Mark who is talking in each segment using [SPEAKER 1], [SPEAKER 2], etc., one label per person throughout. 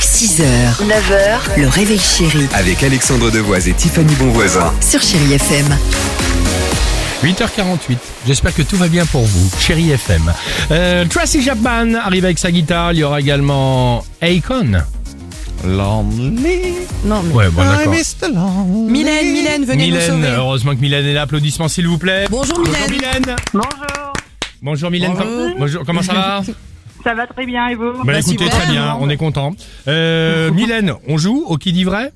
[SPEAKER 1] 6h, 9h, le réveil chéri
[SPEAKER 2] Avec Alexandre Devoise et Tiffany Bonvoisin.
[SPEAKER 1] sur Chéri FM.
[SPEAKER 3] 8h48. J'espère que tout va bien pour vous, chérie FM. Euh, Tracy Chapman arrive avec sa guitare. Il y aura également Akon.
[SPEAKER 4] Lonely,
[SPEAKER 5] Non, Ah, mais...
[SPEAKER 3] Ouais, bon,
[SPEAKER 4] I
[SPEAKER 3] d'accord.
[SPEAKER 4] miss the lonely.
[SPEAKER 5] Mylène, Mylène, venez
[SPEAKER 3] Mylène,
[SPEAKER 5] nous sauver.
[SPEAKER 3] heureusement que Mylène est là. Applaudissements, s'il vous plaît.
[SPEAKER 5] Bonjour Mylène.
[SPEAKER 3] Mylène. Bonjour. Bonjour Mylène. Com- Bonjour. Comment ça va
[SPEAKER 6] Ça va très bien et vous
[SPEAKER 3] Bah écoutez,
[SPEAKER 5] super.
[SPEAKER 3] très bien. On est content. Euh, Mylène, on joue au qui dit vrai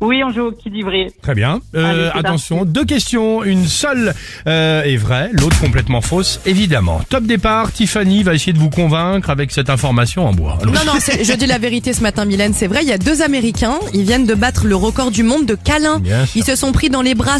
[SPEAKER 6] Oui, on joue au Kid Ivry.
[SPEAKER 3] Très bien. Euh,
[SPEAKER 6] Allez, c'est
[SPEAKER 3] attention, deux questions. Une seule euh, est vraie, l'autre complètement fausse, évidemment. Top départ, Tiffany va essayer de vous convaincre avec cette information en bois. Allons-y.
[SPEAKER 5] Non, non, c'est- je dis la vérité ce matin, Mylène, c'est vrai, il y a deux Américains, ils viennent de battre le record du monde de câlins.
[SPEAKER 3] Bien sûr. Oh,
[SPEAKER 5] Ils se sont pris dans les bras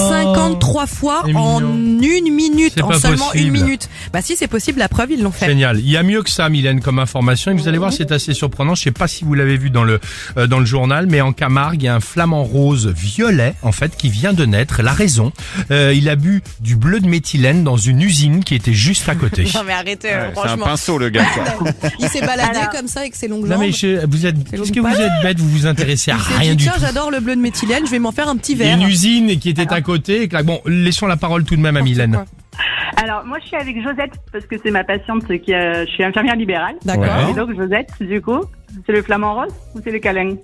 [SPEAKER 5] 153 fois
[SPEAKER 3] c'est
[SPEAKER 5] en une minute,
[SPEAKER 3] C'est
[SPEAKER 5] en
[SPEAKER 3] pas
[SPEAKER 5] seulement
[SPEAKER 3] possible.
[SPEAKER 5] une minute. Bah si, c'est possible, la preuve, ils l'ont fait.
[SPEAKER 3] Génial. Il y a mieux que ça, Mylène, comme information. Et vous allez voir, c'est assez surprenant. Je sais pas si vous l'avez vu dans le euh, dans le journal, mais en Camargue, il y a un flamand rose violet, en fait, qui vient de naître. La raison, euh, il a bu du bleu de méthylène dans une usine qui était juste à côté.
[SPEAKER 5] Non mais arrêtez, euh,
[SPEAKER 4] C'est un
[SPEAKER 5] franchement.
[SPEAKER 4] pinceau le gars. quoi.
[SPEAKER 5] Il s'est baladé comme ça avec ses longues
[SPEAKER 3] Non
[SPEAKER 5] jambes.
[SPEAKER 3] mais je- vous êtes,
[SPEAKER 5] C'est
[SPEAKER 3] est-ce que vous
[SPEAKER 5] long-
[SPEAKER 3] êtes bête Vous vous intéressez à
[SPEAKER 5] Il s'est
[SPEAKER 3] rien
[SPEAKER 5] dit,
[SPEAKER 3] du
[SPEAKER 5] tiens,
[SPEAKER 3] tout.
[SPEAKER 5] j'adore le bleu de méthylène, je vais m'en faire un petit
[SPEAKER 3] Il y a
[SPEAKER 5] verre.
[SPEAKER 3] une usine qui
[SPEAKER 5] Ah.
[SPEAKER 3] était à côté. et que là- Bon, laissons la parole tout de même à Mylène.
[SPEAKER 6] Alors, moi, je suis avec Josette parce que c'est ma patiente qui euh, je suis infirmière libérale.
[SPEAKER 5] D'accord.
[SPEAKER 3] Ah.
[SPEAKER 6] Et donc, Josette, du coup, c'est le flamant rose ou c'est le câlin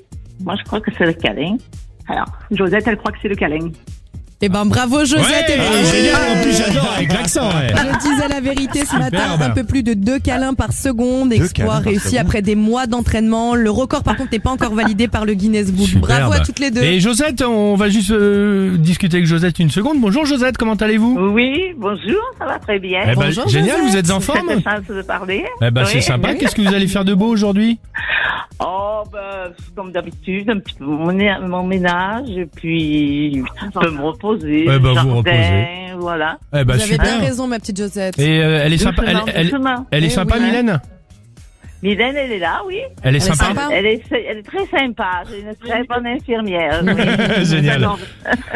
[SPEAKER 6] Moi, je crois que c'est le câlin. Alors, Josette, elle croit que c'est le câlin.
[SPEAKER 5] Et ben bravo Josette. Ah, et bravo.
[SPEAKER 3] euh, En plus, j'adore avec l'accent.
[SPEAKER 5] Je disais la vérité ce matin,
[SPEAKER 3] Superbe.
[SPEAKER 5] un peu plus de deux câlins par seconde, exploit réussi après des mois d'entraînement. Le record par contre n'est pas encore validé par le Guinness Book. Bravo à toutes les deux.
[SPEAKER 3] Et Josette, on va juste euh, discuter avec Josette une seconde. Bonjour Josette, comment allez-vous
[SPEAKER 6] Oui, bonjour, ça va très bien.
[SPEAKER 3] Eh ben,
[SPEAKER 5] Bonjour,
[SPEAKER 3] génial,
[SPEAKER 5] Josette.
[SPEAKER 3] vous êtes en
[SPEAKER 6] J'ai
[SPEAKER 3] forme
[SPEAKER 6] cette chance de parler.
[SPEAKER 3] Eh ben, c'est
[SPEAKER 6] Oui.
[SPEAKER 3] sympa. Qu'est-ce que vous allez faire de beau aujourd'hui
[SPEAKER 6] Oh, ben, comme d'habitude, un petit peu mon, mon ménage, et puis je peux me reposer.
[SPEAKER 3] Eh ben, vous
[SPEAKER 6] jardin,
[SPEAKER 3] reposez.
[SPEAKER 6] Voilà.
[SPEAKER 3] Eh ben,
[SPEAKER 5] Vous avez bien
[SPEAKER 3] super.
[SPEAKER 5] raison, ma petite Josette.
[SPEAKER 3] Et euh, elle est sympa, elle,
[SPEAKER 6] Doucement,
[SPEAKER 3] elle-
[SPEAKER 6] doucement.
[SPEAKER 3] elle est
[SPEAKER 5] Eh
[SPEAKER 3] sympa,
[SPEAKER 5] oui.
[SPEAKER 3] Mylène
[SPEAKER 6] Mylène, elle est là, oui.
[SPEAKER 3] Elle est
[SPEAKER 5] Elle est
[SPEAKER 3] sympa.
[SPEAKER 5] sympa.
[SPEAKER 6] Elle est, elle est très sympa, c'est une très bonne infirmière. oui.
[SPEAKER 3] Génial.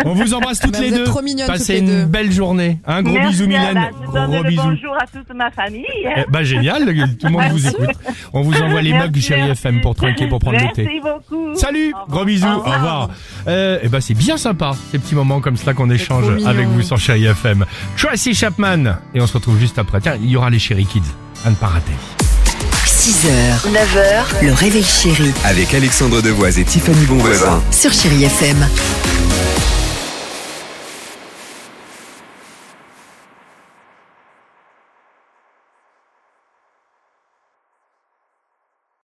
[SPEAKER 3] On vous embrasse toutes
[SPEAKER 5] Bah,
[SPEAKER 3] les
[SPEAKER 5] vous êtes
[SPEAKER 3] deux.
[SPEAKER 5] trop mignonnes
[SPEAKER 3] Passez
[SPEAKER 5] toutes les
[SPEAKER 3] une
[SPEAKER 5] deux.
[SPEAKER 3] belle journée. Un gros
[SPEAKER 6] Merci
[SPEAKER 3] bisou,
[SPEAKER 6] à la-
[SPEAKER 3] Mylène.
[SPEAKER 6] Je donne
[SPEAKER 3] Gros
[SPEAKER 6] le
[SPEAKER 3] bisous.
[SPEAKER 6] bonjour à toute ma famille. hein.
[SPEAKER 3] Eh ben, génial, tout le monde vous écoute. On vous envoie les mugs
[SPEAKER 6] Merci,
[SPEAKER 3] chérie
[SPEAKER 6] merci.
[SPEAKER 3] FM pour trinquer, pour prendre le thé.
[SPEAKER 6] Merci beaucoup.
[SPEAKER 3] Salut,
[SPEAKER 6] Au revoir.
[SPEAKER 3] gros bisous, au revoir. Euh, et ben c'est bien sympa ces petits moments comme cela qu'on échange
[SPEAKER 5] trop mignon.
[SPEAKER 3] avec vous sur Chéri FM. Tracy Chapman et on se retrouve juste après. Tiens, il y aura les Chéri Kids à ne pas rater.
[SPEAKER 1] 6h, 9h, le réveil chéri
[SPEAKER 2] Avec Alexandre Devoise et Tiffany Bonvoisin.
[SPEAKER 1] sur Chéri FM.